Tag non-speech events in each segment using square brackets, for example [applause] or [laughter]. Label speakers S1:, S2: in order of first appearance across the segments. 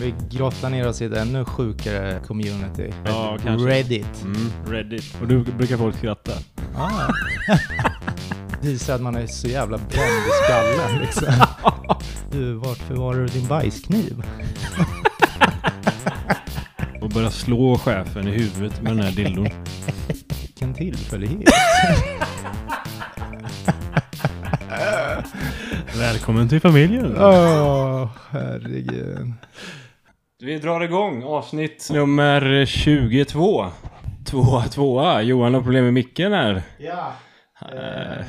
S1: Vi grottar ner oss i ett ännu sjukare community.
S2: Ja, kanske.
S1: Reddit.
S2: Mm. Reddit. Och då brukar folk skratta.
S1: Ah. [laughs] Visar att man är så jävla bränd i skallen liksom.
S2: [laughs]
S1: Du, vart förvarar du din bajskniv?
S2: Och börja slå chefen i huvudet med den här [laughs] dildon.
S1: Vilken tillfällighet.
S2: Välkommen till familjen.
S1: Åh, oh, herregud.
S2: Vi drar igång avsnitt nummer 22. Tvåa, tvåa. Johan har problem med micken här.
S1: Ja,
S2: Eh,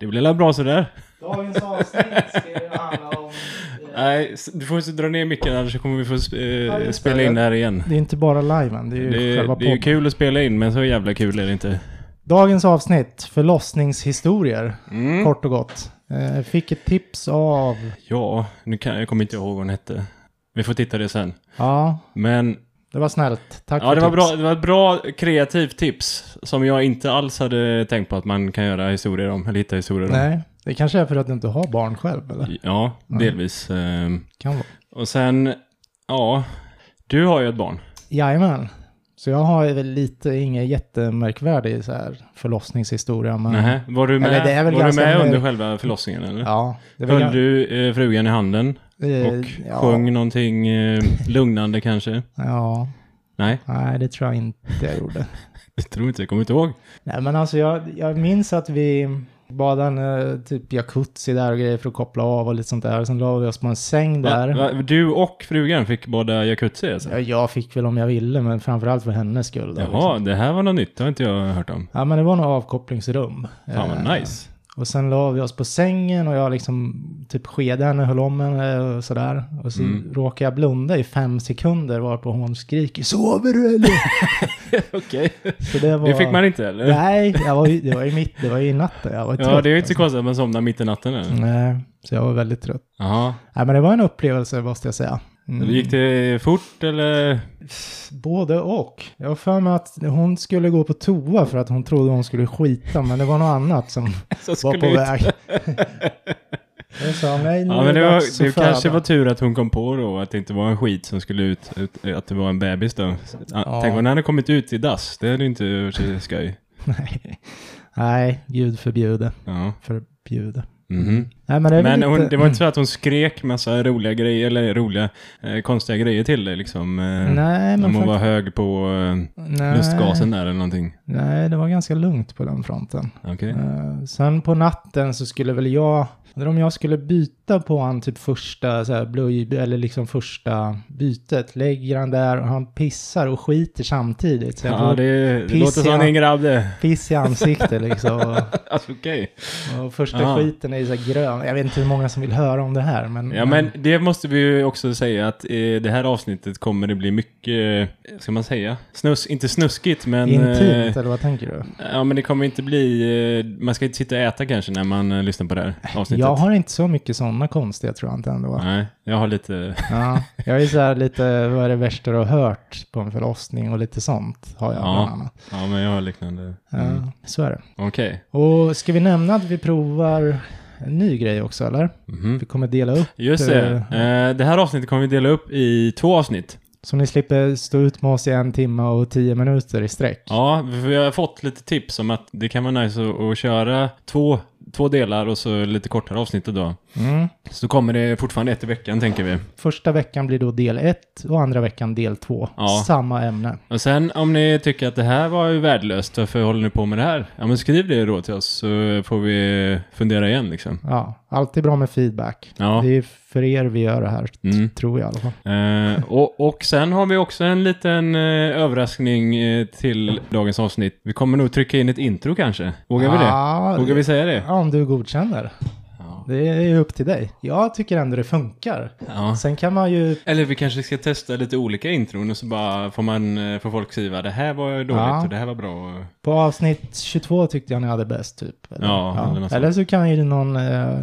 S2: Det blir väl bra sådär?
S1: dagens avsnitt ska ju handla om...
S2: Nej, s- du får inte dra ner micken annars kommer vi få sp- eh,
S1: just det.
S2: spela in det här igen.
S1: Det är inte bara liven, det är ju
S2: Det,
S1: själva
S2: det är ju
S1: podden.
S2: kul att spela in men så jävla kul är det inte.
S1: Dagens avsnitt, förlossningshistorier,
S2: Mm.
S1: kort och gott. Eh, Fick ett tips av...
S2: Ja, nu kan, jag kommer inte ihåg vad hon hette. Vi får titta det sen.
S1: Ja,
S2: Men
S1: det var snällt. Tack
S2: ja,
S1: för
S2: det, var
S1: tips.
S2: bra, det var ett bra kreativt tips som jag inte alls hade tänkt på att man kan göra historier om, eller hitta historier om.
S1: Nej, det kanske är för att du inte har barn själv, eller?
S2: Ja, delvis. ehm.
S1: Kan vara.
S2: Och sen, ja, du har ju ett barn.
S1: Jajamän. Så jag har väl lite, ingen jättemärkvärdig så här förlossningshistoria, men...
S2: Nähä, Var du med,
S1: Eller det är väl
S2: var du
S1: ganska
S2: med under
S1: mörkt.
S2: själva förlossningen eller?
S1: Ja, det var
S2: Höll du eh, frugan i handen
S1: Eh,
S2: och sjöng någonting eh, lugnande kanske?
S1: Ja,
S2: Nej,
S1: nej det tror jag inte jag gjorde.
S2: det tror inte jag. Kommer inte ihåg.
S1: Nej men alltså jag, jag minns att vi badade en eh, typ jacuzzi där och grejer för att koppla av och lite sånt där. Sen la vi oss på en säng där.
S2: Va, va, du och frugan fick båda jacuzzi alltså?
S1: Ja, jag fick väl om jag ville men framförallt för hennes skull. Då, liksom.
S2: Jaha, det här var något nytt. Det har inte jag hört om.
S1: Ja men det var nog avkopplingsrum.
S2: Fan
S1: Eh,
S2: vad nice. [laughs]
S1: Och sen la vi oss på sängen och jag liksom typ skedde henne, höll om henne och sådär. Och så
S2: Mm.
S1: råkade jag blunda i fem sekunder varpå hon skriker “Sover du eller?”
S2: Okej.
S1: Så det var...
S2: Det fick man inte eller?
S1: Nej, jag var ju, det var ju mitt, det var ju i natten. Jag var
S2: Ja,
S1: trött,
S2: det är ju inte
S1: alltså.
S2: så konstigt att man somnar mitt i natten
S1: Mm.
S2: eller?
S1: Nej, så jag var väldigt trött.
S2: Jaha.
S1: Nej, men det var en upplevelse måste jag säga. Mm.
S2: Gick det fort eller?
S1: Både och. Jag har för mig att hon skulle gå på toa för att hon trodde hon skulle skita, men det var något annat
S2: [laughs]
S1: som
S2: Så
S1: var på
S2: ut. [laughs]
S1: väg. Jag sa nej, nu
S2: Ja,
S1: är
S2: men det,
S1: dags att
S2: var, det
S1: föda."
S2: kanske var tur att hon kom på då att det inte var en skit som skulle ut, ut att det var en bebis då. Ja. Tänk om den hade kommit ut i dass, det hade ju inte varit så skoj.
S1: [laughs] Nej. Nej, gud förbjude.
S2: Ja.
S1: Förbjude.
S2: Mhm.
S1: Nej, men det är väl
S2: Men
S1: lite...
S2: hon, det var inte så att hon skrek massa roliga grejer, eller roliga, eh, konstiga grejer till dig liksom. Eh,
S1: Nej, men
S2: om hon
S1: fakt-
S2: var hög på eh,
S1: Nej.
S2: lustgasen där eller någonting.
S1: Nej, det var ganska lugnt på den fronten.
S2: Okej.
S1: Eh, sen på natten så skulle väl jag, eller om jag skulle byta på han typ första så här, blöj, eller liksom första bytet, lägger han där och han pissar och skiter samtidigt. Så jag
S2: Ja,
S1: får
S2: det, det
S1: piss
S2: låter
S1: i
S2: som
S1: an-
S2: en grabb det.
S1: piss i
S2: [laughs]
S1: ansiktet liksom. Och,
S2: Alltså okej.
S1: och första
S2: Ah.
S1: skiten är ju så här grön. Jag vet inte hur många som vill höra om det här, men...
S2: Ja men det måste vi ju också säga att eh, det här avsnittet kommer det bli mycket, eh, ska man säga? Snus, inte snuskigt men... eh,
S1: Intimt, eller vad tänker du?
S2: Ja men det kommer inte bli, eh, man ska inte sitta och äta kanske när man eh, lyssnar på det här avsnittet.
S1: Jag har inte så mycket sådana konstiga tror jag inte ändå.
S2: Nej, jag har lite, [laughs]
S1: Ja, jag är så här lite, vad är det värsta du har hört på en förlossning och lite sånt har jag
S2: Ja. Mm.
S1: bland annat.
S2: ja men jag har liknande.
S1: Ja, Så är det.
S2: Okej.
S1: Och ska vi nämna att vi provar en ny grej också eller?
S2: Mhm.
S1: Vi kommer dela upp.
S2: Just det, eh, det här avsnittet kommer vi dela upp i två avsnitt.
S1: Så ni slipper stå ut med oss i en timme och tio minuter i sträck.
S2: Ja, för vi har fått lite tips om att det kan vara nice att, att köra två, två delar och så lite kortare avsnittet då.
S1: Mm.
S2: Så kommer det fortfarande ett i veckan tänker vi.
S1: Första veckan blir då del ett och andra veckan del två.
S2: Ja.
S1: Samma ämne.
S2: Och sen om ni tycker att det här var ju värdelöst, varför håller ni på med det här? Ja men skriv det då till oss så får vi fundera igen liksom.
S1: Ja, alltid bra med feedback.
S2: Ja.
S1: Det är för er vi gör det här, t-
S2: Mm.
S1: tror jag i alla fall.
S2: Eh, och, och sen har vi också en liten eh, överraskning eh, till dagens avsnitt. Vi kommer nog trycka in ett intro kanske. Vågar vi det?
S1: Ja,
S2: Vågar vi säga det?
S1: Ja, om du godkänner.
S2: Ja.
S1: Det är ju upp till dig. Jag tycker ändå det funkar.
S2: Ja.
S1: Sen kan man ju...
S2: Eller vi kanske ska testa lite olika intron och så bara får, man, eh, får folk skriva det här var dåligt
S1: Ja.
S2: och det här var bra.
S1: På avsnitt 22 tyckte jag ni hade bäst typ. Eller,
S2: Ja, eller något sånt.
S1: eller så kan ju någon eh,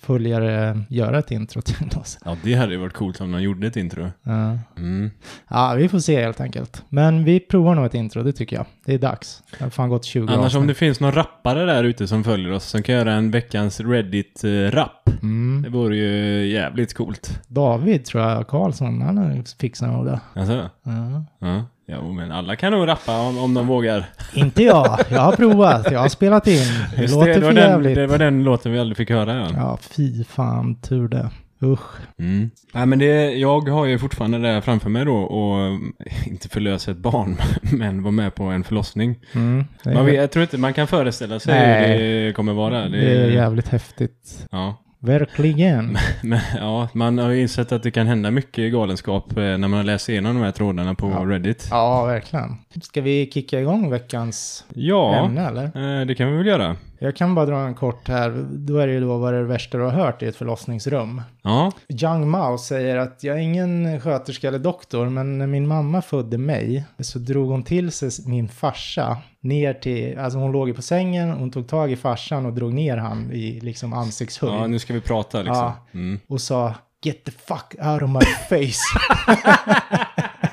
S1: följare göra ett intro till [laughs] oss.
S2: Ja, det hade ju varit coolt om någon gjorde ett intro.
S1: Ja.
S2: Mm.
S1: ja, vi får se helt enkelt. Men vi provar nog ett intro, det tycker jag. Det är dags. Det har fan gått 20
S2: Annars
S1: avsnitt.
S2: om det finns någon rappare där ute som följer oss som kan göra en veckans Reddit-rapp
S1: Mm.
S2: Det vore ju jävligt coolt.
S1: David tror jag Karlsson, han har fixat nog det.
S2: Alltså,
S1: Ja.
S2: ja. ja, men alla kan nog rappa om, om de vågar.
S1: Inte jag. Jag har provat. Jag har spelat in. Det
S2: Just
S1: låter
S2: det, var
S1: för
S2: den,
S1: jävligt.
S2: det var den låten vi aldrig fick höra. Ja.
S1: Ja, fy fan. Tur det. Usch.
S2: Mm. Nej, men det, jag har ju fortfarande det här framför mig då och [laughs] mm, inte förlösa ett barn, [laughs] men vara med på en förlossning.
S1: Mm. Det, är,
S2: Man vet, jag tror inte man kan föreställa sig hur
S1: Nej.
S2: det kommer vara. Det,
S1: det är jävligt häftigt.
S2: ja. [laughs]
S1: Verkligen.
S2: Men, ja, man har ju insett att det kan hända mycket galenskap eh, när man har läst igenom de här trådarna på
S1: Ja.
S2: Reddit.
S1: Ja, verkligen. Ska vi kicka igång veckans
S2: Ja,
S1: ämne eller?
S2: eh, det kan vi väl göra.
S1: Jag kan bara dra en kort här. Då är det ju då vad det värsta du har hört i ett förlossningsrum.
S2: Ja,
S1: Young Mao säger att jag är ingen sköterska eller doktor, men när min mamma födde mig så drog hon till sig min farsa ner till, alltså hon låg ju på sängen, hon tog tag i farsan och drog ner han i liksom ansiktshöjd
S2: ja nu ska vi prata liksom.
S1: Ja.
S2: Mm.
S1: och sa Get the fuck out of my face. [laughs]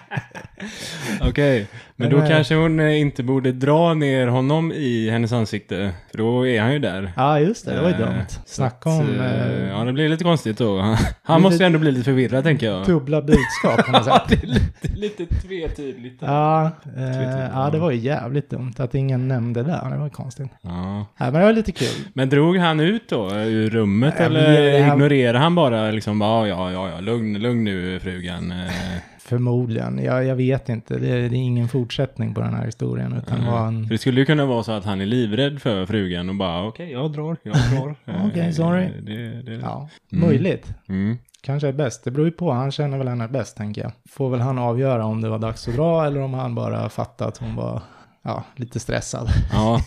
S2: Okej, men då
S1: Men, eh,
S2: kanske hon eh, inte borde dra ner honom i hennes ansikte, för då är han ju där.
S1: ja, just det, det var ju
S2: Eh,
S1: dumt.
S2: så
S1: Snacka
S2: att,
S1: om
S2: eh,
S1: eh,
S2: Ja, det blir lite konstigt då. Han måste ju ändå bli lite förvirrad tänker jag.
S1: dubbla budskap på något
S2: [laughs]
S1: sätt.
S2: det är lite, lite tvetydigt. Ja.
S1: Ja,
S2: Twitter,
S1: eh, ja, det var ju jävligt dumt att ingen nämnde det. Det var konstigt.
S2: Ja.
S1: Ja, men det var lite kul.
S2: Men drog han ut då eh, ur rummet
S1: Ja, men
S2: eller
S1: det- han-
S2: ignorerade han bara liksom bara, ja, ja, ja, lugn, lugn nu frugan. eh.
S1: Förmodligen. Jag, jag vet inte. Det, det är ingen fortsättning på den här historien. Utan
S2: Mm.
S1: det var en...
S2: För det skulle ju kunna vara så att han är livrädd för frugan och bara okej, jag drar, jag
S1: [laughs]
S2: drar. Eh,
S1: Okej, sorry.
S2: Det, det,
S1: Ja,
S2: Mm.
S1: möjligt.
S2: Mm.
S1: Kanske är bäst. Det beror ju på. Han känner väl henne bäst, tänker jag. Får väl han avgöra om det var dags att dra eller om han bara fattade att hon var ja, lite stressad. [laughs]
S2: Ja.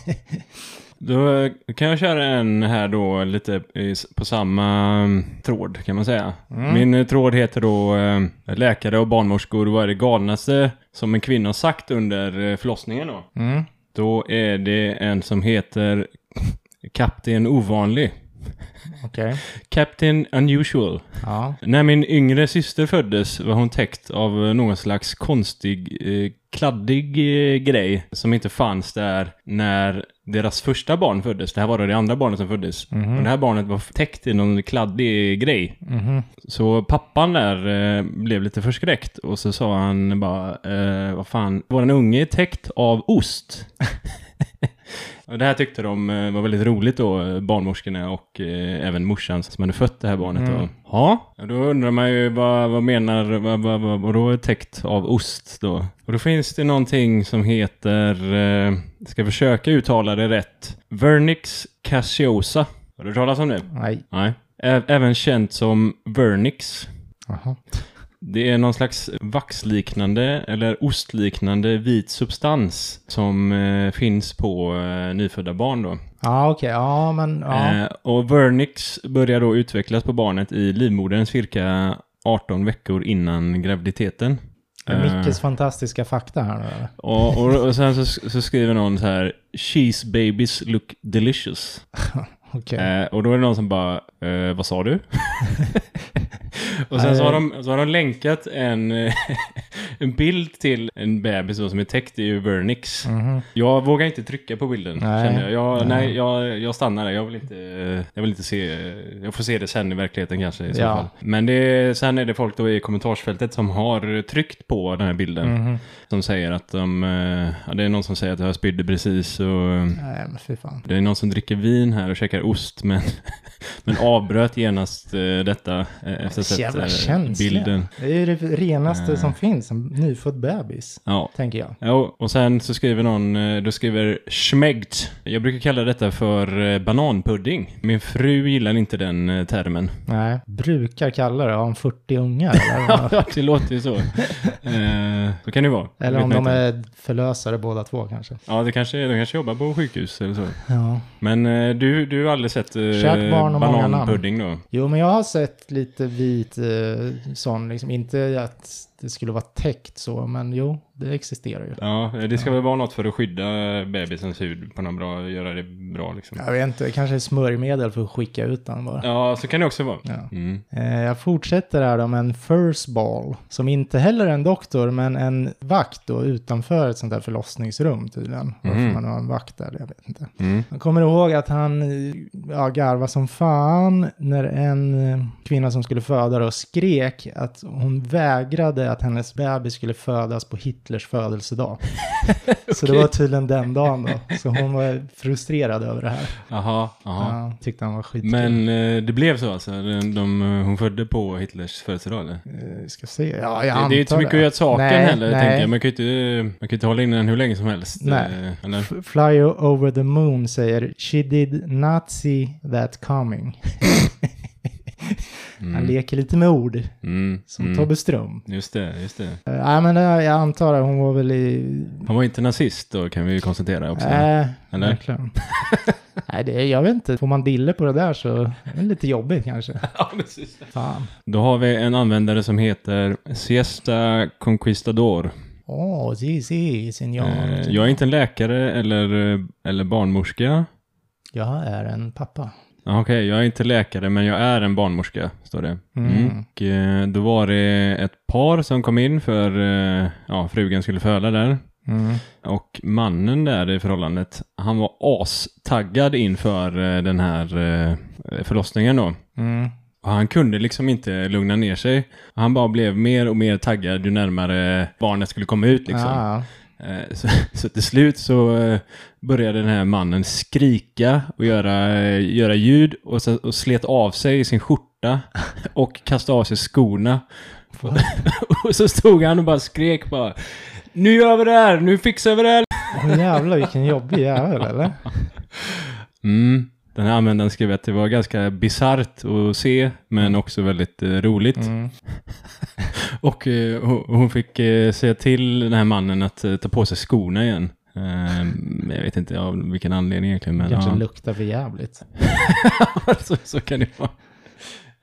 S2: Då kan jag köra en här då lite i- på samma mm, tråd kan man säga.
S1: Mm.
S2: Min eh, tråd heter då eh, Läkare och barnmorskor, vad är det galnaste som en kvinna har sagt under eh, förlossningen då?
S1: Mm.
S2: Då är det en som heter [laughs] Kapten Ovanlig.
S1: Okej.
S2: Captain Unusual.
S1: Ja.
S2: När min yngre syster föddes var hon täckt av eh, någon slags konstig, eh, kladdig eh, grej som inte fanns där när deras första barn föddes. Det här var då det andra barnet som föddes. Och det här barnet var täckt i någon kladdig grej.
S1: Mhm.
S2: Så pappan där eh, blev lite förskräckt och så sa han bara, eh, vad fan, våran unge är täckt av ost. Och det här tyckte de eh, var väldigt roligt då, eh, barnmorskorna och eh, även morsan som hade fött det här barnet. Då. Ja, och då undrar man ju vad, vad menar, vad, vad, vad, vad då är täckt av ost då? Och då finns det någonting som heter, eh, ska försöka uttala det rätt, Vernix cassiosa. Har du hört talas om det?
S1: Nej.
S2: Nej. Ä- Även känt som Vernix.
S1: Jaha.
S2: Det är någon slags vaxliknande eller ostliknande vit substans som eh, finns på eh, nyfödda barn då.
S1: Ja, okej. Ja, men ja.
S2: Eh, och Vernix börjar då utvecklas på barnet i livmodern cirka 18 veckor innan graviditeten.
S1: Är
S2: eh.
S1: Mickes fantastiska fakta här nu eller?
S2: Och, och, och sen så, så skriver någon så här Cheese babies look delicious.
S1: Okej.
S2: Eh, och då är det någon som bara, eh, vad
S1: [laughs]
S2: sa du? och sen så
S1: Eh.
S2: har, de, så har de länkat en, [laughs] eh, en bild till en bebis då, som är täckt i Vernix.
S1: Mhm.
S2: Jag vågar inte trycka på bilden,
S1: Nej.
S2: känner jag. Jag,
S1: Nej.
S2: nej, jag, jag stannar där. Jag vill inte, eh, jag vill inte se, eh, jag får se det sen i verkligheten kanske i så
S1: Ja.
S2: fall. Men det, sen är det folk då i kommentarsfältet som har tryckt på den här bilden.
S1: Mhm.
S2: Som säger att de, eh, ja, det är någon som säger att jag spydde precis och eh,
S1: Nej, men fy fan.
S2: det är någon som dricker vin här och käkar ost men, [laughs] men avbröt genast eh, detta eh, efter att ha
S1: Jävla
S2: sett eh,
S1: känsliga.
S2: bilden.
S1: Det är ju det renaste som finns, en nyfödd bebis,
S2: Ja.
S1: tänker jag.
S2: Jo, och sen så skriver någon, eh, då skriver schmegt. Jag brukar kalla detta för eh, bananpudding. Min fru gillar inte den eh, termen.
S1: Nej, brukar kalla det, om 40 ungar [laughs] eller,
S2: [laughs] Ja, det låter ju så. Eh, så kan det ju vara.
S1: eller
S2: Vet
S1: om
S2: man
S1: de
S2: inte.
S1: är förlösare båda två kanske.
S2: Ja, det kanske, de kanske jobbar på sjukhus eller så.
S1: Ja.
S2: Men eh, du, du har aldrig sett eh,
S1: Kärt barn och många namn.
S2: bananpudding då?
S1: Jo, men jag har sett lite vit eh, sån, liksom, inte att det skulle vara täckt så, men jo, Det existerar ju.
S2: Ja, det ska väl vara något för att skydda bebisens hud på något bra, göra det bra liksom.
S1: Jag vet inte, kanske smörjmedel för att skicka ut den bara.
S2: Ja, så kan det också vara.
S1: Ja.
S2: Mm.
S1: Eh, Jag fortsätter här då med en fursball, som inte heller är en doktor, men en vakt då utanför ett sånt där förlossningsrum tydligen. Varför
S2: Mhm.
S1: man har en vakt där, jag vet inte.
S2: Mm.
S1: Jag kommer ihåg att han eh, ja, garvade som fan när en eh, kvinna som skulle föda då skrek att hon vägrade att hennes bebis skulle födas på Hitlers
S2: [laughs]
S1: födelsedag. Så det var tydligen den dagen då. Så hon var frustrerad över det här.
S2: Aha, aha.
S1: Ja, tyckte han var skitkul.
S2: Men eh, det blev så alltså? De, de, eh, hon födde på Hitlers födelsedag eller?
S1: Eh, Ska se. Ja, jag
S2: det, det är ju inte
S1: antar
S2: så mycket att göra åt saken
S1: Nej,
S2: heller,
S1: nej.
S2: tänker jag. Man kan ju inte, man kan ju inte hålla in den hur länge som helst.
S1: Nej.
S2: eh, Eller?
S1: F- Fly over the moon säger She did not see that coming. Han leker lite med ord,
S2: Mm,
S1: som
S2: mm.
S1: Tobbe Ström.
S2: Just det, just det.
S1: Eh, Nej, men det, jag antar att hon var väl i...
S2: Han var inte nazist då, kan vi ju konstatera också.
S1: Nej,
S2: Eller?
S1: verkligen. [laughs] Nej, det, jag vet inte. Får man dille på det där så är det lite jobbigt kanske.
S2: [laughs] [laughs] Ja, precis.
S1: Fan.
S2: Då har vi en användare som heter Siesta Conquistador.
S1: Åh, oh, si, si, senor.
S2: Eh, jag är inte en läkare eller, eh, eller barnmorska.
S1: Jag är en pappa.
S2: Ah, Okej, jag är inte läkare men jag är en barnmorska, står det.
S1: Mm.
S2: Och, eh, då var det ett par som kom in för eh, ja, frugan skulle föda där.
S1: Mm.
S2: Och mannen där i förhållandet, han var astaggad inför eh, den här eh, förlossningen då.
S1: Mm.
S2: Och han kunde liksom inte lugna ner sig. Han bara blev mer och mer taggad ju närmare barnet skulle komma ut liksom.
S1: Ja,
S2: Eh, [laughs] Så, så till slut så eh, började den här mannen skrika och göra, eh, göra ljud och, sen, och slet av sig
S1: [laughs]
S2: sin skjorta och kastade av sig skorna. [laughs]
S1: Vad?
S2: och så stod han och bara skrek bara Nu gör vi det här! Nu fixar vi det här!
S1: Åh, jävlar vilken jobbig jävel, eller?
S2: Mm. Den här användaren skrev att det var ganska bisarrt att se men också väldigt eh, roligt.
S1: Mm.
S2: [laughs] Och eh, hon- hon fick eh, säga till den här mannen att eh, ta på sig skorna igen. Eh, jag vet inte av vilken anledning egentligen. Men,
S1: Kanske
S2: ja.
S1: luktar för jävligt.
S2: [laughs] så, så kan det vara.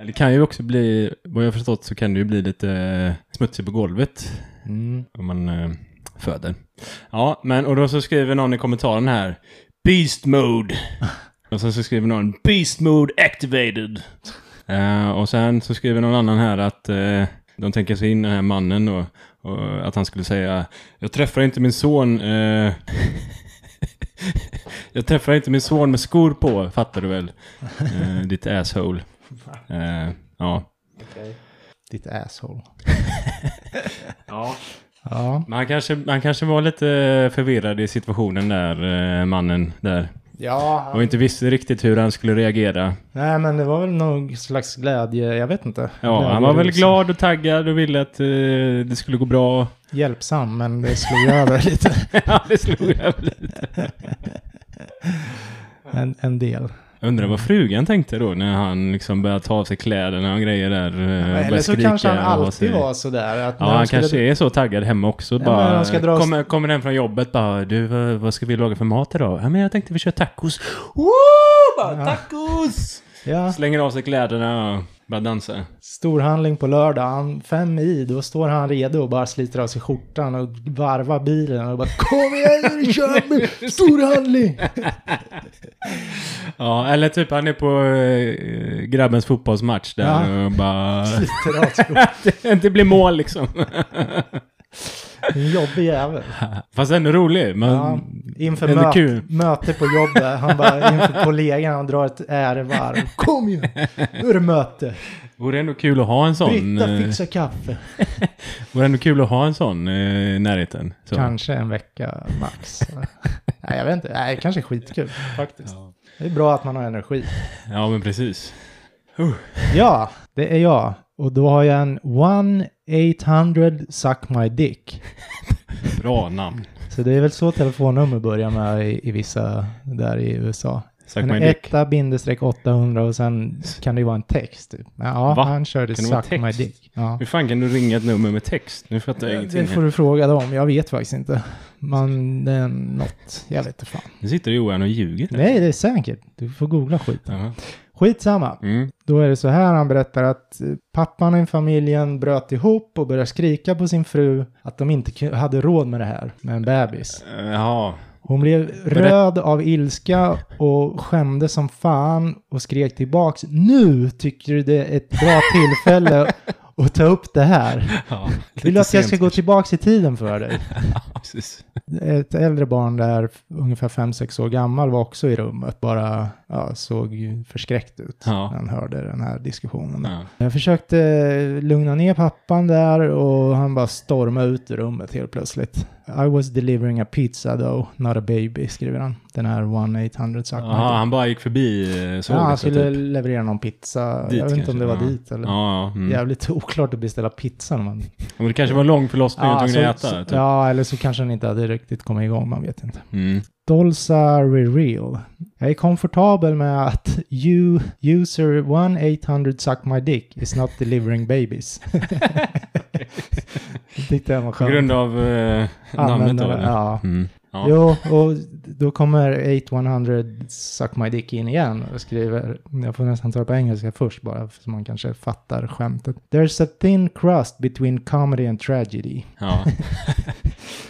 S2: Det kan ju också bli, vad jag har förstått så kan det ju bli lite eh, smutsigt på golvet
S1: Mm.
S2: om man eh, föder. Ja, men och då så skriver någon i kommentaren här Beast [laughs] mode. och sen så skriver någon Beast mode activated. Eh, och sen så skriver någon annan här att eh, de tänker sig in den här mannen då. Och att han skulle säga Jag träffar inte min son. eh, [laughs] jag träffar inte min son med skor på, fattar du väl? Eh, ditt [laughs] asshole. Eh, ja.
S1: Ditt asshole.
S2: ja.
S1: Ja.
S2: Men han kanske, han kanske var lite eh, förvirrad i situationen där, eh, mannen där.
S1: Ja.
S2: Och inte visste riktigt hur han skulle reagera.
S1: Nej, men det var väl någon slags glädje, jag vet inte.
S2: Ja, han
S1: Glädje
S2: var väl
S1: liksom.
S2: glad och taggad och ville att eh, det skulle gå bra. [laughs]
S1: Hjälpsam, men det slog över [laughs] lite.
S2: Ja, det slog över lite.
S1: En, en del.
S2: Jag Undrar vad frugan tänkte då när han liksom började ta av sig kläderna och grejer där. eh, och
S1: Eller
S2: började
S1: så kanske han
S2: och ha sig-
S1: alltid var sådär. Att
S2: Ja,
S1: när de
S2: han
S1: skulle-
S2: kanske är så taggad hemma också.
S1: Ja, men
S2: bara,
S1: de ska dra oss-
S2: kommer, kommer hem från jobbet bara, du, vad, vad ska vi laga för mat idag? Ja, men jag tänkte vi kör tacos. Woo! Bara,
S1: Ja.
S2: Tacos!
S1: Ja,
S2: Slänger av sig kläderna och börjar dansa.
S1: storhandling på lördag. Han, fem i, då står han redo och bara sliter av sig skjortan och varvar bilen och bara Kom igen
S2: [laughs]
S1: nu kör vi! Storhandling!
S2: Ja, eller typ han är på eh, grabbens fotbollsmatch där
S1: Ja.
S2: och bara... [laughs]
S1: Sliter av sig skjortan.
S2: det, det blir
S1: [laughs]
S2: mål liksom.
S1: En jobbig jävel.
S2: Fast ändå rolig. Man,
S1: Ja, inför
S2: ändå
S1: möt,
S2: kul.
S1: möte på jobbet. Han bara
S2: [laughs]
S1: inför kollegan, han drar ett ärevarv. Kom igen, nu är det möte.
S2: Vore ändå kul att ha en sån...
S1: Britta
S2: Eh,
S1: fixar kaffe.
S2: vore ändå kul att ha en sån eh, i närheten. Så.
S1: Kanske en vecka
S2: [laughs]
S1: max. Nej, jag vet inte. Nej, kanske skitkul faktiskt.
S2: Ja.
S1: Det är bra att man har energi.
S2: Ja, men precis.
S1: Ja, det är jag. Och då har jag en 1-800 suck my dick.
S2: Bra namn.
S1: Så det är väl så telefonnummer börjar med i, i vissa där i USA.
S2: Suck
S1: En
S2: my dick.
S1: etta bindestreck 800 och sen kan det ju vara en text. Typ. Men Ja,
S2: Va?
S1: han körde
S2: Kan det vara
S1: Suck My
S2: text?
S1: Dick. Ja.
S2: Hur fan kan du ringa ett nummer med text? Nu fattar jag ingenting.
S1: Det får du fråga dem, jag vet faktiskt inte. Man, det är något, jag vet inte fan.
S2: Nu sitter Johan och ljuger.
S1: Nej, det är säkert. Du får googla skiten.
S2: Jaha.
S1: Skitsamma.
S2: Mm.
S1: Då är det så här han berättar att eh, pappan i familjen bröt ihop och började skrika på sin fru att de inte ku- hade råd med det här med en bebis.
S2: Eh, Jaha.
S1: Hon blev röd av ilska och skämdes som fan och skrek tillbaks. Nu tycker du det är ett
S2: [laughs]
S1: bra tillfälle att ta upp det här.
S2: Ja, [laughs] lite
S1: Vill du att jag ska
S2: sent.
S1: gå tillbaks i tiden för dig?
S2: Ja, [laughs] precis.
S1: Ett äldre barn där, ungefär 5-6 år gammal, var också i rummet. Bara ja, såg ju förskräckt ut
S2: Ja.
S1: när han hörde den här diskussionen.
S2: Ja.
S1: Jag försökte eh, lugna ner pappan där och han bara stormade ut ur rummet helt plötsligt. I was delivering a pizza though, not a baby, skriver han. Den här 1800 saken.
S2: Jaha, han bara gick förbi eh,
S1: ja,
S2: såg
S1: han
S2: det,
S1: skulle
S2: typ.
S1: leverera någon pizza.
S2: Dit
S1: jag vet inte om
S2: kanske,
S1: det var
S2: ja.
S1: dit eller.
S2: Ja, ja. Mm. ja.
S1: Jävligt oklart att beställa pizza när man...
S2: Men det kanske var en lång förlossning och tvungen att
S1: så,
S2: äta.
S1: så,
S2: Typ.
S1: ja, eller så kanske han inte hade riktigt kommit igång, man vet inte.
S2: Mm.
S1: Dolsa Real. Jag är komfortabel med att you, user 1800 suck my dick is not delivering
S2: [laughs]
S1: babies. Det Tyckte jag var
S2: På
S1: skönt.
S2: grund av eh, namnet då?
S1: Användare,
S2: eller?
S1: Ja.
S2: Mm. Ja.
S1: Jo, och då kommer 8100 suck my dick in igen och skriver, jag får nästan ta det på engelska först bara så man kanske fattar skämtet. There's a thin crust between comedy and tragedy.
S2: Ja. [laughs]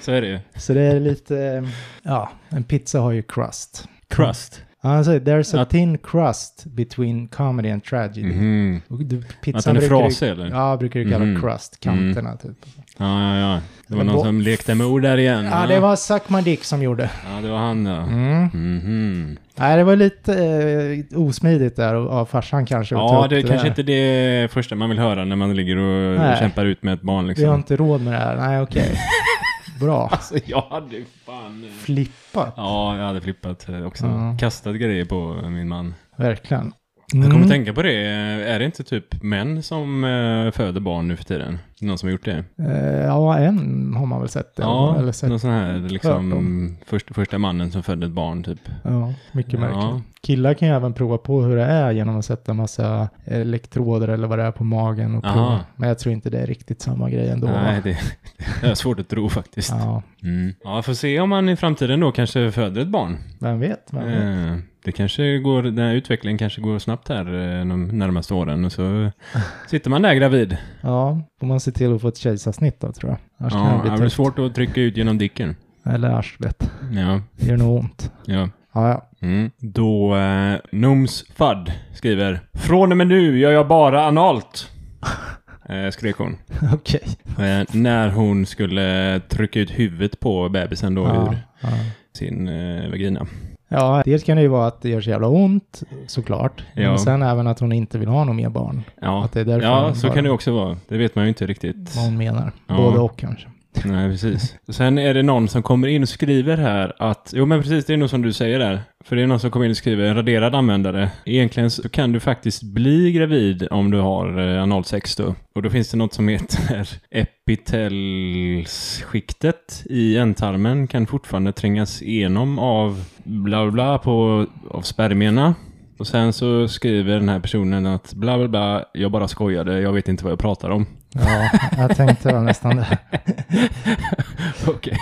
S2: Så är det ju.
S1: Så det är lite, eh, ja, en pizza har ju crust.
S2: Crust.
S1: Han säger alltså, there's a
S2: Att-
S1: thin crust between comedy and tragedy.
S2: Mhm.
S1: Och du, pizzan
S2: Att den är
S1: brukar ju-
S2: frasig eller? Ja,
S1: Ja, brukar du kalla
S2: Mhm.
S1: crust, kanterna typ.
S2: ja, ja. Det var
S1: Eller
S2: någon
S1: bo-
S2: som lekte med ord där igen.
S1: Ja, det var Suck My Dick som gjorde.
S2: Ja, det var han ja.
S1: Mm.
S2: Mhm.
S1: Nej, det var lite eh, osmidigt där av av farsan kanske. att ta
S2: Ja,
S1: upp
S2: det är kanske
S1: där.
S2: inte det första man vill höra när man ligger och
S1: Nej.
S2: kämpar ut med ett barn
S1: Vi har
S2: liksom.
S1: inte råd med det här. Nej, okej. Bra.
S2: [laughs] Alltså jag hade ju fan... eh,
S1: Flippat.
S2: Ja, jag hade flippat eh, också.
S1: Ja.
S2: Kastat grejer på eh, min man.
S1: Verkligen.
S2: Jag
S1: Mm.
S2: kommer tänka på det. eh, Är det inte typ män som eh, föder barn nu för tiden? Någon som har gjort det?
S1: Eh, ja, en har man väl sett.
S2: Ja, Mm.
S1: eller sett.
S2: någon sån här
S1: Hört
S2: liksom först, första mannen som födde ett barn typ.
S1: Ja, mycket
S2: Ja.
S1: märkligt. Killar kan ju även prova på hur det är genom att sätta massa elektroder eller vad det är på magen och
S2: Aha.
S1: prova. Men jag tror inte det är riktigt samma grej ändå.
S2: Nej, det, det är svårt att tro faktiskt. Ja.
S1: Ja,
S2: Mm. ja, får se om man i framtiden då kanske föder ett barn.
S1: vem vet? Vem vet?
S2: Eh, det kanske går, den här utvecklingen kanske går snabbt här eh, de närmaste åren
S1: [laughs]
S2: och så sitter man där gravid.
S1: Ja, får man se till att få ett kejsarsnitt då tror jag. Annars kan
S2: Ja,
S1: det
S2: det
S1: bli
S2: blir
S1: tufft.
S2: svårt att trycka ut genom dicken.
S1: Eller arslet.
S2: Ja,
S1: Det gör nog ont.
S2: ja.
S1: Ja, [laughs] ja.
S2: Mm. Då eh, Nooms Fudd skriver Från och med nu gör jag bara analt. Eh, skrek hon.
S1: Okej.
S2: Eh, när hon skulle trycka ut huvudet på bebisen då
S1: Ja,
S2: ur
S1: ja.
S2: sin eh, vagina.
S1: ja, dels kan det ju vara att det gör så jävla ont såklart.
S2: Ja.
S1: Men sen även att hon inte vill ha några mer barn.
S2: Ja,
S1: Att det är därför
S2: ja
S1: hon
S2: så
S1: bara-
S2: kan det också vara. Det vet man ju inte riktigt.
S1: Vad hon menar.
S2: Ja.
S1: Både och kanske.
S2: Nej, precis. Sen är det någon som kommer in och skriver här att, jo men precis, det är nog som du säger där. För det är någon som kommer in och skriver, en raderad användare. Egentligen så kan du faktiskt bli gravid om du har eh, analsex då. Och då finns det något som heter [laughs] epitelskiktet i ändtarmen kan fortfarande trängas igenom av bla bla bla på, av spermierna. Och sen så skriver den här personen att bla bla bla, jag bara skojade, jag vet inte vad jag pratar om.
S1: Ja, jag tänkte väl nästan
S2: [laughs]
S1: det.
S2: Okej.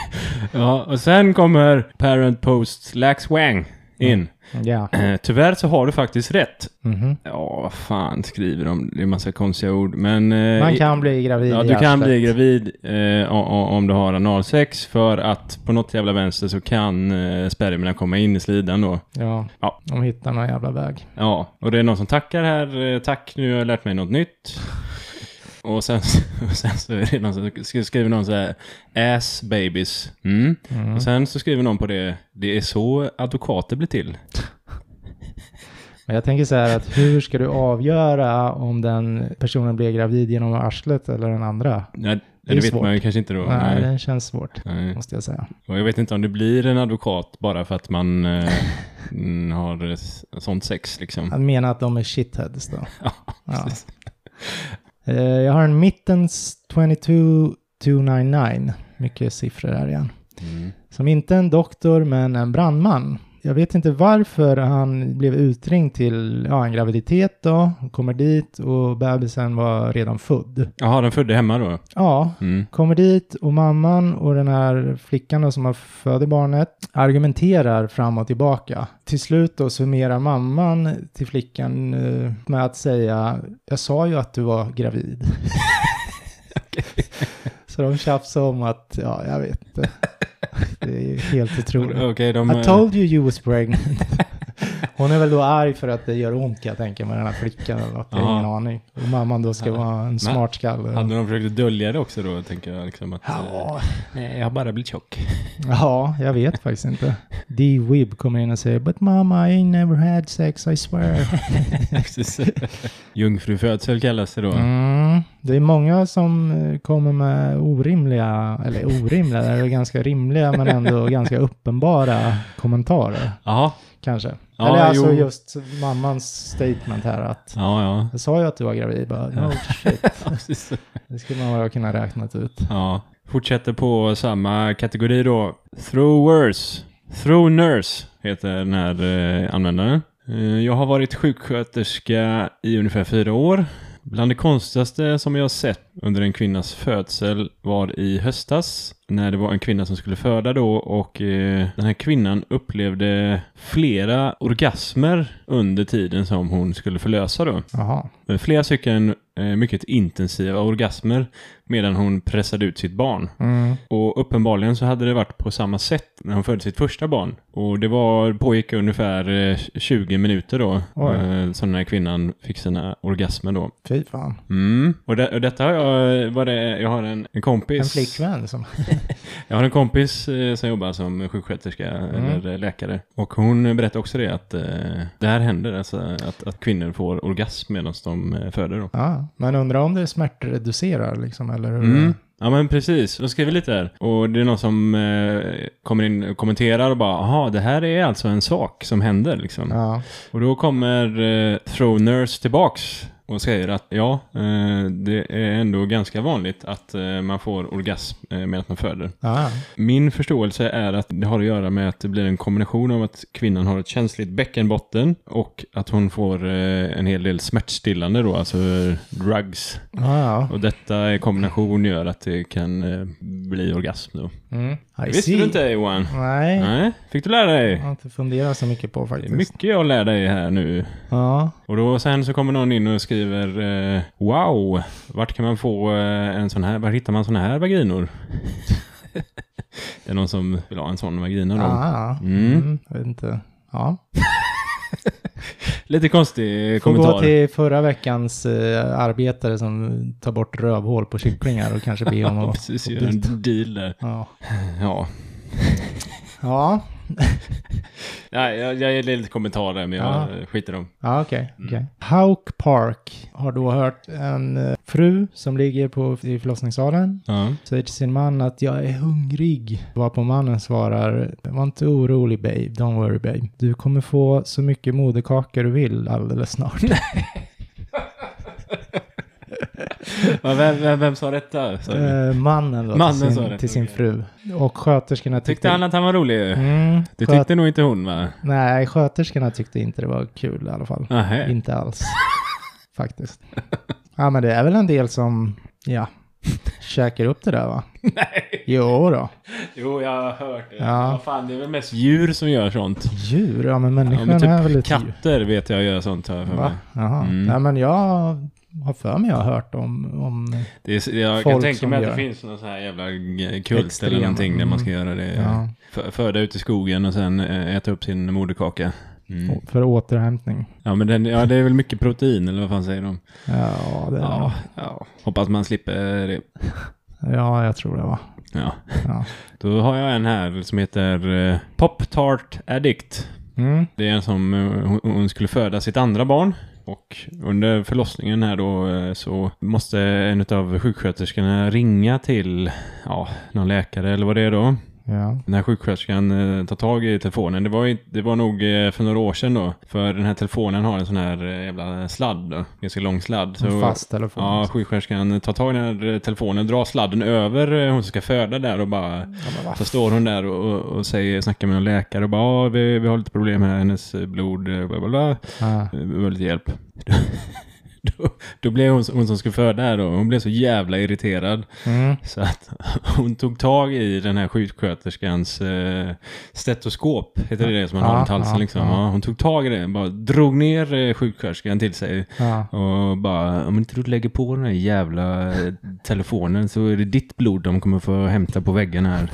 S2: Ja, och sen kommer Parent Posts Lax Wang in.
S1: Ja.
S2: Eh, Tyvärr så har du faktiskt rätt.
S1: Mhm.
S2: Ja, vad fan skriver de? Det är en massa konstiga ord. Men... eh,
S1: Man kan bli gravid
S2: Ja,
S1: i
S2: du kan
S1: arslet.
S2: bli gravid eh, o- o- om du har analsex för att på något jävla vänster så kan eh, spermierna komma in i slidan då.
S1: Ja,
S2: Ja.
S1: de hittar någon jävla väg.
S2: Ja, och det är någon som tackar här. eh, Tack, nu har jag lärt mig något nytt. Och sen, [laughs] och sen så är det någon som sk- skriver någon så här ass babies. Mm.
S1: Mm.
S2: Och sen så skriver någon på det, det är så advokater blir till.
S1: Men jag tänker så här att hur ska du avgöra om den personen blir gravid genom arslet eller den andra?
S2: Nej,
S1: är
S2: det, vet
S1: svårt.
S2: man ju kanske inte då.
S1: Nej,
S2: Nej.
S1: det känns svårt,
S2: Nej.
S1: måste jag säga.
S2: Och jag vet inte om det blir en advokat bara för att man
S1: [laughs]
S2: eh, mm, har s- sånt sex liksom.
S1: Han menar att de är shitheads då.
S2: [laughs] Ja,
S1: Ja.
S2: precis.
S1: Eh, Jag har en Mittens 22299, mycket siffror här igen,
S2: Mm.
S1: som inte är en doktor men en brandman. Jag vet inte varför han blev utringd till ja, en graviditet då. Han Kommer dit och bebisen var redan född.
S2: Jaha, den födde hemma då?
S1: Ja,
S2: Mm.
S1: kommer dit och mamman och den här flickan då, som har föder barnet argumenterar fram och tillbaka. Till slut då summerar mamman till flickan eh, med att säga jag sa ju att du var
S2: [laughs]
S1: gravid. [laughs] Så de tjafsade om att, ja jag vet inte. Det är ju helt otroligt.
S2: Okej, de... eh,
S1: I told you you was pregnant. [laughs] Hon är väl då arg för att det gör ont kan jag tänka med den här flickan eller något. Jag har
S2: Ja.
S1: ingen aning. Och mamman då ska vara en smart
S2: eh, Hade de försökt dölja det också då, tänker jag liksom att...
S1: Ja,
S2: Nej, jag har bara blivit tjock.
S1: ja, jag vet faktiskt inte. [laughs] D-Wib kommer in och säger But mama, I never had sex, I
S2: [laughs]
S1: swear.
S2: [laughs] Precis. Jungfrufödsel kallas det då.
S1: Mm. Det är många som eh, kommer med orimliga, eller orimliga, det är ganska rimliga men
S2: [laughs]
S1: ändå ganska uppenbara kommentarer
S2: Jaha.
S1: kanske.
S2: Ja,
S1: eller alltså
S2: jo.
S1: just mammans statement här att
S2: Ja, ja.
S1: jag sa ju att du var gravid, bara, no shit.
S2: [laughs] Precis.
S1: Det skulle man ha kunnat räknat ut.
S2: Ja. Fortsätter på samma kategori då. Throwers. Throners heter den här eh, användaren. Eh, jag har varit sjuksköterska i ungefär fyra år. Bland det konstigaste som jag sett under en kvinnas födsel var i höstas när det var en kvinna som skulle föda då och eh, den här kvinnan upplevde flera orgasmer under tiden som hon skulle förlösa då.
S1: Jaha.
S2: Eh, Flera stycken eh, mycket intensiva orgasmer medan hon pressade ut sitt barn.
S1: Mm.
S2: Och uppenbarligen så hade det varit på samma sätt när hon födde sitt första barn. Och det var, pågick ungefär eh, 20 minuter då,
S1: Oj.
S2: eh, som den här kvinnan fick sina orgasmer då.
S1: Fy fan.
S2: Mm. Och, det, och detta har jag, var det, jag har en, en kompis.
S1: En flickvän som...
S2: Jag har en kompis eh, som jobbar som sjuksköterska
S1: Mm.
S2: eller läkare. Och hon berättade också det att eh, det här händer, alltså att, att kvinnor får orgasm medan de eh, föder då.
S1: Ja, men undrar om det smärtreducerar liksom, eller hur?
S2: Mm. Ja men precis, de skriver lite här. Och det är någon som eh, kommer in och kommenterar och bara aha, det här är alltså en sak som händer liksom.
S1: Ja.
S2: Och då kommer eh, Throners tillbaks och säger att ja, eh, det är ändå ganska vanligt att eh, man får orgasm eh, medan man föder.
S1: ja.
S2: Min förståelse är att det har att göra med att det blir en kombination av att kvinnan har ett känsligt bäckenbotten och att hon får eh, en hel del smärtstillande då, alltså eh, drugs.
S1: Ja, ja.
S2: Och detta i kombination gör att det kan eh, bli orgasm då.
S1: Mm. I
S2: Visste
S1: see.
S2: du inte Johan?
S1: Nej,
S2: Nej, fick du lära
S1: jag
S2: dig?
S1: har inte funderat så mycket på
S2: Det
S1: faktiskt.
S2: är mycket jag lär dig här nu.
S1: Ja.
S2: Och då sen så kommer någon in och skriver eh, Wow, vart kan man få eh, en sån här, var hittar man såna här vaginor? [laughs] det är någon som vill ha en sån vagina då.
S1: Ah.
S2: Mm.
S1: Mm. Jag vet inte. Ja.
S2: Lite konstig
S1: Får
S2: kommentar.
S1: gå till förra veckans eh, arbetare som tar bort rövhål på kycklingar och kanske be om
S2: Ja, [laughs]
S1: att...
S2: precis, göra en deal där.
S1: Ja.
S2: Ja.
S1: Ja,
S2: Nej, jag, jag ger lite kommentarer men jag
S1: Ja.
S2: skiter i dem.
S1: Ja, okej.
S2: Mm.
S1: okej. Hauk Park har då hört en eh, fru som ligger på, i förlossningssalen.
S2: Ja.
S1: Säger till sin man att jag är hungrig. Varpå mannen svarar, var inte orolig babe, don't worry babe. Du kommer få så mycket moderkaka du vill alldeles
S2: [laughs]
S1: snart.
S2: Ja, Vem, vem, vem sa detta? Sa du?
S1: Eh, mannen då,
S2: Mannen
S1: till,
S2: sa
S1: sin,
S2: det,
S1: till sin
S2: okej.
S1: fru. Och sköterskorna tyckte...
S2: Tyckte han att han var rolig ju.
S1: Mm,
S2: Det
S1: sköt-
S2: tyckte nog inte hon va?
S1: Nej, sköterskorna tyckte inte det var kul i alla fall.
S2: Nähä.
S1: Inte
S2: [laughs]
S1: alls. Faktiskt. Ja, men det är väl en del som,
S2: [laughs]
S1: ja, käkar upp det där va? Nej. Jo då.
S2: Jo, jag har hört det.
S1: Ja.
S2: Vad fan, det är väl mest djur som gör sånt.
S1: Djur, ja men
S2: Ja,
S1: människan
S2: men
S1: är väl
S2: typ
S1: ett djur.
S2: katter vet jag gör sånt här för mig.
S1: Va? Jaha.
S2: Mm.
S1: Nej, men jag har för mig jag har hört om, om
S2: Det är, jag
S1: Folk
S2: kan tänka
S1: som
S2: mig att
S1: gör.
S2: det finns någon sån här jävla g- kult
S1: Extrema.
S2: eller någonting där man ska
S1: Mm.
S2: göra det.
S1: Ja.
S2: F- föda ut i skogen och sen eh, äta upp sin moderkaka. Mm.
S1: för återhämtning.
S2: Ja, men den, ja, det är väl mycket protein eller vad fan säger de?
S1: Ja, det är
S2: Ja, ja. Hoppas man slipper det.
S1: nog- ja, jag tror det va.
S2: Ja.
S1: Ja.
S2: Då har jag en här som heter eh, Pop Tart Addict.
S1: Mm.
S2: Det är en som eh, hon- hon skulle föda sitt andra barn. Och under förlossningen här då eh, så måste en av sjuksköterskorna ringa till ja, någon läkare eller vad det är då.
S1: Ja.
S2: Den här sjuksköterskan eh, tar tag i telefonen. Det var, ju- det var nog eh, för några år sedan då. För den här telefonen har en sån här eh, jävla sladd. Då. Ganska lång sladd.
S1: En fast telefon.
S2: Ja, sjuksköterskan tar tag i den här eh, telefonen, drar sladden över eh, hon som ska föda där och bara...
S1: Ja, men vad
S2: Så står hon där och, och- och säger, snackar med en läkare och bara "Ja, vi, vi har lite problem här, hennes eh, blod, eh, bla bla bla.
S1: fan.
S2: Vi behöver lite hjälp. [laughs] Då, då blev hon, hon som skulle föda här då, hon blev så jävla irriterad.
S1: Mm.
S2: Så att [laughs] hon tog tag i den här sjuksköterskans eh, stetoskop, heter det det som man
S1: Ja,
S2: har runt halsen
S1: ja,
S2: liksom.
S1: ja.
S2: Ja, hon tog tag i det, bara drog ner eh, sjuksköterskan till sig.
S1: Ja.
S2: Och bara, om inte du lägger på den här jävla eh, telefonen så är det ditt blod de kommer få hämta på väggen här.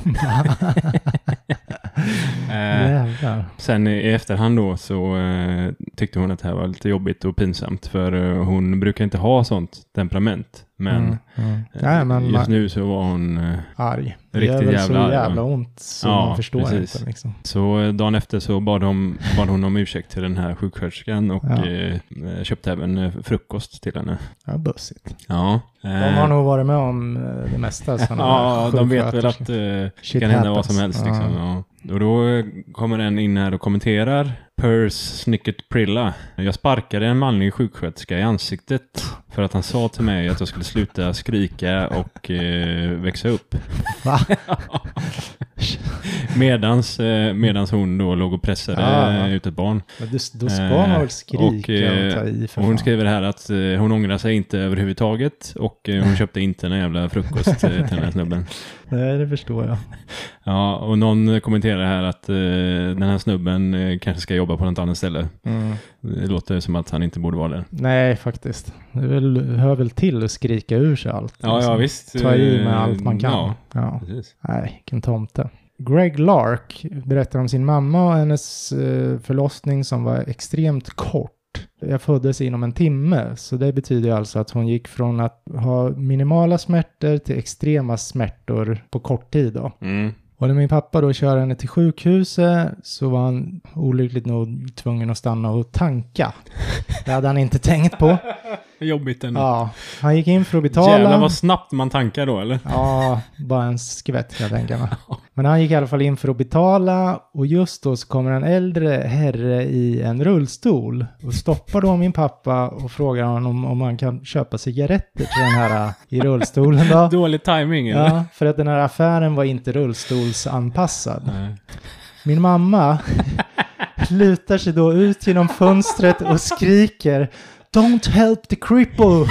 S2: eh,
S1: Jävlar.
S2: sen i efterhand då så eh, tyckte hon att det här var lite jobbigt och pinsamt för eh, hon brukar inte ha sånt temperament. Men,
S1: Mm. Mm.
S2: eh,
S1: Nej, men
S2: just
S1: man,
S2: nu så var hon... Eh,
S1: arg. Det
S2: Riktigt
S1: gör väl så
S2: jävla arg,
S1: jävla
S2: va?
S1: ont så
S2: Ja,
S1: man förstår
S2: precis.
S1: inte liksom.
S2: så eh, dagen efter så bad, de, bad hon om ursäkt till den här sjuksköterskan och
S1: Ja.
S2: eh, köpte även eh, frukost till henne.
S1: Ja, bussigt.
S2: Ja.
S1: De har nog varit med om eh, det mesta. såna
S2: Eh. [laughs] Ja,
S1: där
S2: de vet väl
S1: sjuksköterskor.
S2: att eh, det
S1: Shit
S2: kan hända
S1: Typ happens.
S2: vad som helst.
S1: Ja.
S2: Liksom, ja. Och då kommer en in här och kommenterar. Purse Snicket Prilla. Jag sparkade en manlig sjuksköterska i ansiktet för att han sa till mig att jag skulle sluta skrika och eh, växa upp.
S1: Va?
S2: [laughs] medans, eh, medans hon då låg och pressade
S1: Ja, ja.
S2: eh, ut ett barn.
S1: Men du, då ska man
S2: Eh,
S1: väl skrika och,
S2: eh,
S1: ta i för
S2: och hon
S1: fan.
S2: skriver här att eh, hon ångrar sig inte överhuvudtaget
S1: [laughs]
S2: och eh, hon köpte inte någon jävla frukost eh, till den här snubben.
S1: Nej, det förstår jag.
S2: Ja, och någon kommenterar här att eh, den här snubben eh, kanske ska jobba på något annat ställe.
S1: Mm.
S2: Det låter som att han inte borde vara där.
S1: Nej, faktiskt. Det är väl, hör väl till att skrika ur sig allt. liksom.
S2: visst. Eh,
S1: Ta i med allt man kan.
S2: Ja,
S1: Ja.
S2: precis.
S1: Nej, vilken tomte. Greg Lark berättar om sin mamma och hennes eh, förlossning som var extremt kort. Jag föddes inom en timme, så det betyder alltså att hon gick från att ha minimala smärtor till extrema smärtor på kort tid. Då.
S2: Mm.
S1: Och när min pappa då kör henne till sjukhuset så var han olyckligt nog tvungen att stanna och tanka. Det hade han inte tänkt
S2: Mm.
S1: på.
S2: Jobbigt ändå.
S1: Ja, han gick in för att betala.
S2: Jävlar vad snabbt man tankar då, eller?
S1: Ja, bara en skvätt kan jag tänka mig. Men han gick i alla fall in för att betala och just då så kommer en äldre herre i en rullstol och stoppar då min pappa och frågar honom om han kan köpa cigaretter till den här äh, i rullstolen
S2: [laughs]
S1: då.
S2: Dålig timing eller?
S1: Ja, för att den här affären var inte rullstolsanpassad.
S2: Nej.
S1: Min mamma lutar sig då ut genom fönstret och skriker Don't help the cripple!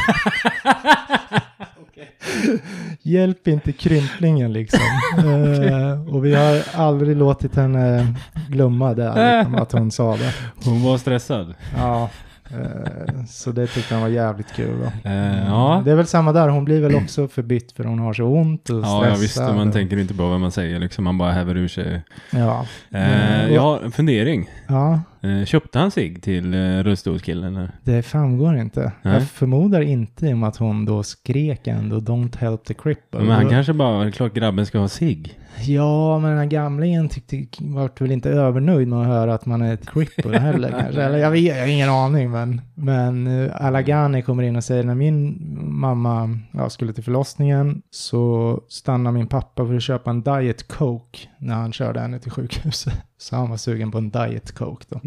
S1: Hjälp inte krymplingen liksom. Eh, och vi har aldrig låtit henne glömma det, här, liksom, att hon sa det.
S2: Hon var stressad.
S1: Ja, eh, så det tyckte han var jävligt kul. Då.
S2: Eh, ja.
S1: Mm, Det är väl samma där, hon blir väl också förbytt för hon har så ont och stressad.
S2: Ja, ja, visst. Man
S1: och-
S2: tänker inte på vad man säger, liksom. Man bara häver ur sig.
S1: Ja.
S2: Eh,
S1: Mm.
S2: jag har en fundering.
S1: ja,
S2: Eh, köpte han sig till eh, rullstolskillen? eller?
S1: Det framgår inte.
S2: Nej.
S1: Jag förmodar inte i och med att hon då skrek ändå “Don't help the cripple”.
S2: Men han kanske bara, det är klart grabben ska ha sig.
S1: Ja, men den här gamlingen tyckte, vart väl inte övernöjd med att höra att man är ett cripple
S2: [laughs]
S1: heller kanske. Eller jag, vet, jag har ingen aning, men. Men eh, Alagani kommer in och säger när min mamma ja, skulle till förlossningen så stannade min pappa för att köpa en diet coke när han körde henne till sjukhuset. [laughs] Så han var sugen på en diet coke då.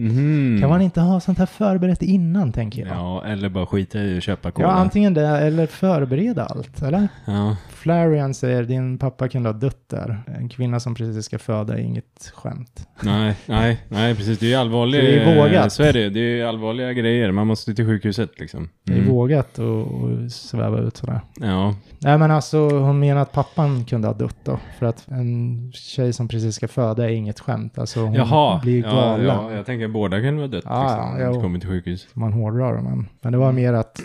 S1: Kan man inte ha sånt här förberett innan tänker jag.
S2: Mm. Ja, eller bara skita i och köpa cola.
S1: Ja, antingen det eller förbereda allt, eller?
S2: Ja.
S1: Flarian säger din pappa kunde ha dött där. En kvinna som precis ska föda är inget skämt.
S2: Nej, nej, nej, precis. Det är ju allvarliga...
S1: Det är vågat.
S2: Så är det. Det är ju allvarliga grejer. Man måste till sjukhuset liksom.
S1: Det är
S2: Mm.
S1: vågat att att sväva ut sådär.
S2: Ja.
S1: Nej men alltså hon menar att pappan kunde ha dött då. För att en tjej som precis ska föda är inget skämt. Alltså hon
S2: Jaha.
S1: blir
S2: ja,
S1: galen.
S2: ja, jag tänker att båda kan vara dött.
S1: Ja, ja,
S2: liksom.
S1: jo.
S2: Kommer till sjukhus.
S1: Man hårdrar det men. Men det
S2: Mm.
S1: var mer att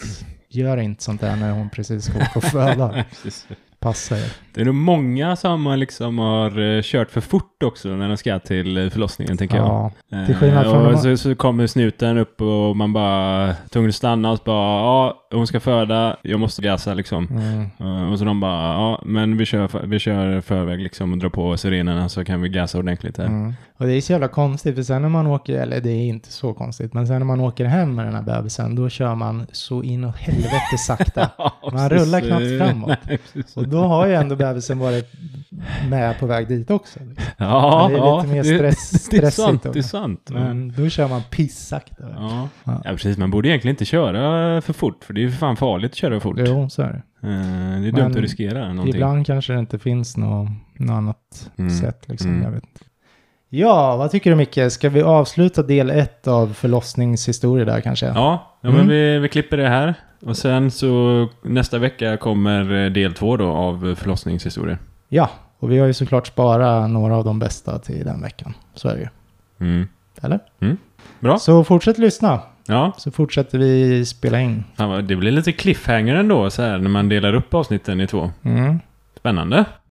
S1: gör inte sånt där när hon precis ska åka och
S2: [laughs]
S1: föda.
S2: Precis.
S1: Passa er.
S2: Det är nog många som har liksom har eh, kört för fort också när de ska till eh, förlossningen, tänker jag.
S1: Ja.
S2: Eh,
S1: Till skillnad från de-
S2: och så, så kommer snuten upp och man bara tvungen att stanna och så bara ja, hon ska föda, jag måste gasa liksom.
S1: Mm.
S2: Eh, Och så de bara ja, men vi kör, för- vi kör förväg liksom och drar på sirenerna så kan vi gasa ordentligt här.
S1: Mm. Och det är så jävla konstigt, för sen när man åker, eller det är inte så konstigt, men sen när man åker hem med den här bebisen, då kör man så inåt helvete
S2: [laughs]
S1: sakta. Man rullar knappt framåt.
S2: Nej, precis.
S1: Och då har ju ändå bebisen varit med på väg dit också. liksom.
S2: Ja,
S1: det är
S2: ja,
S1: lite mer
S2: det-
S1: stress,
S2: [laughs] Det är
S1: stressigt.
S2: sant,
S1: då.
S2: det är sant.
S1: Men då kör man pissaktare.
S2: Ja.
S1: Ja.
S2: ja, precis. Man borde egentligen inte köra för fort, för det är ju för fan farligt att köra fort.
S1: Jo, så är det.
S2: Eh, Det är dumt
S1: Men
S2: att riskera någonting.
S1: Ibland kanske det inte finns något, något annat
S2: Mm.
S1: sätt. Liksom.
S2: Mm.
S1: Jag vet inte. Ja, vad tycker du Micke? Ska vi avsluta del ett av förlossningshistorier där kanske?
S2: Ja, ja
S1: Mm.
S2: men vi, vi klipper det här. Och sen så nästa vecka kommer eh, del två då av förlossningshistorier.
S1: Ja, och vi har ju såklart sparat några av de bästa till den veckan. Så är det ju.
S2: Mm.
S1: Eller?
S2: Bra.
S1: Så fortsätt lyssna,
S2: Ja,
S1: så fortsätter vi spela in.
S2: fan vad- det blir lite cliffhanger ändå så här när man delar upp avsnitten i två.
S1: Mm.
S2: Spännande.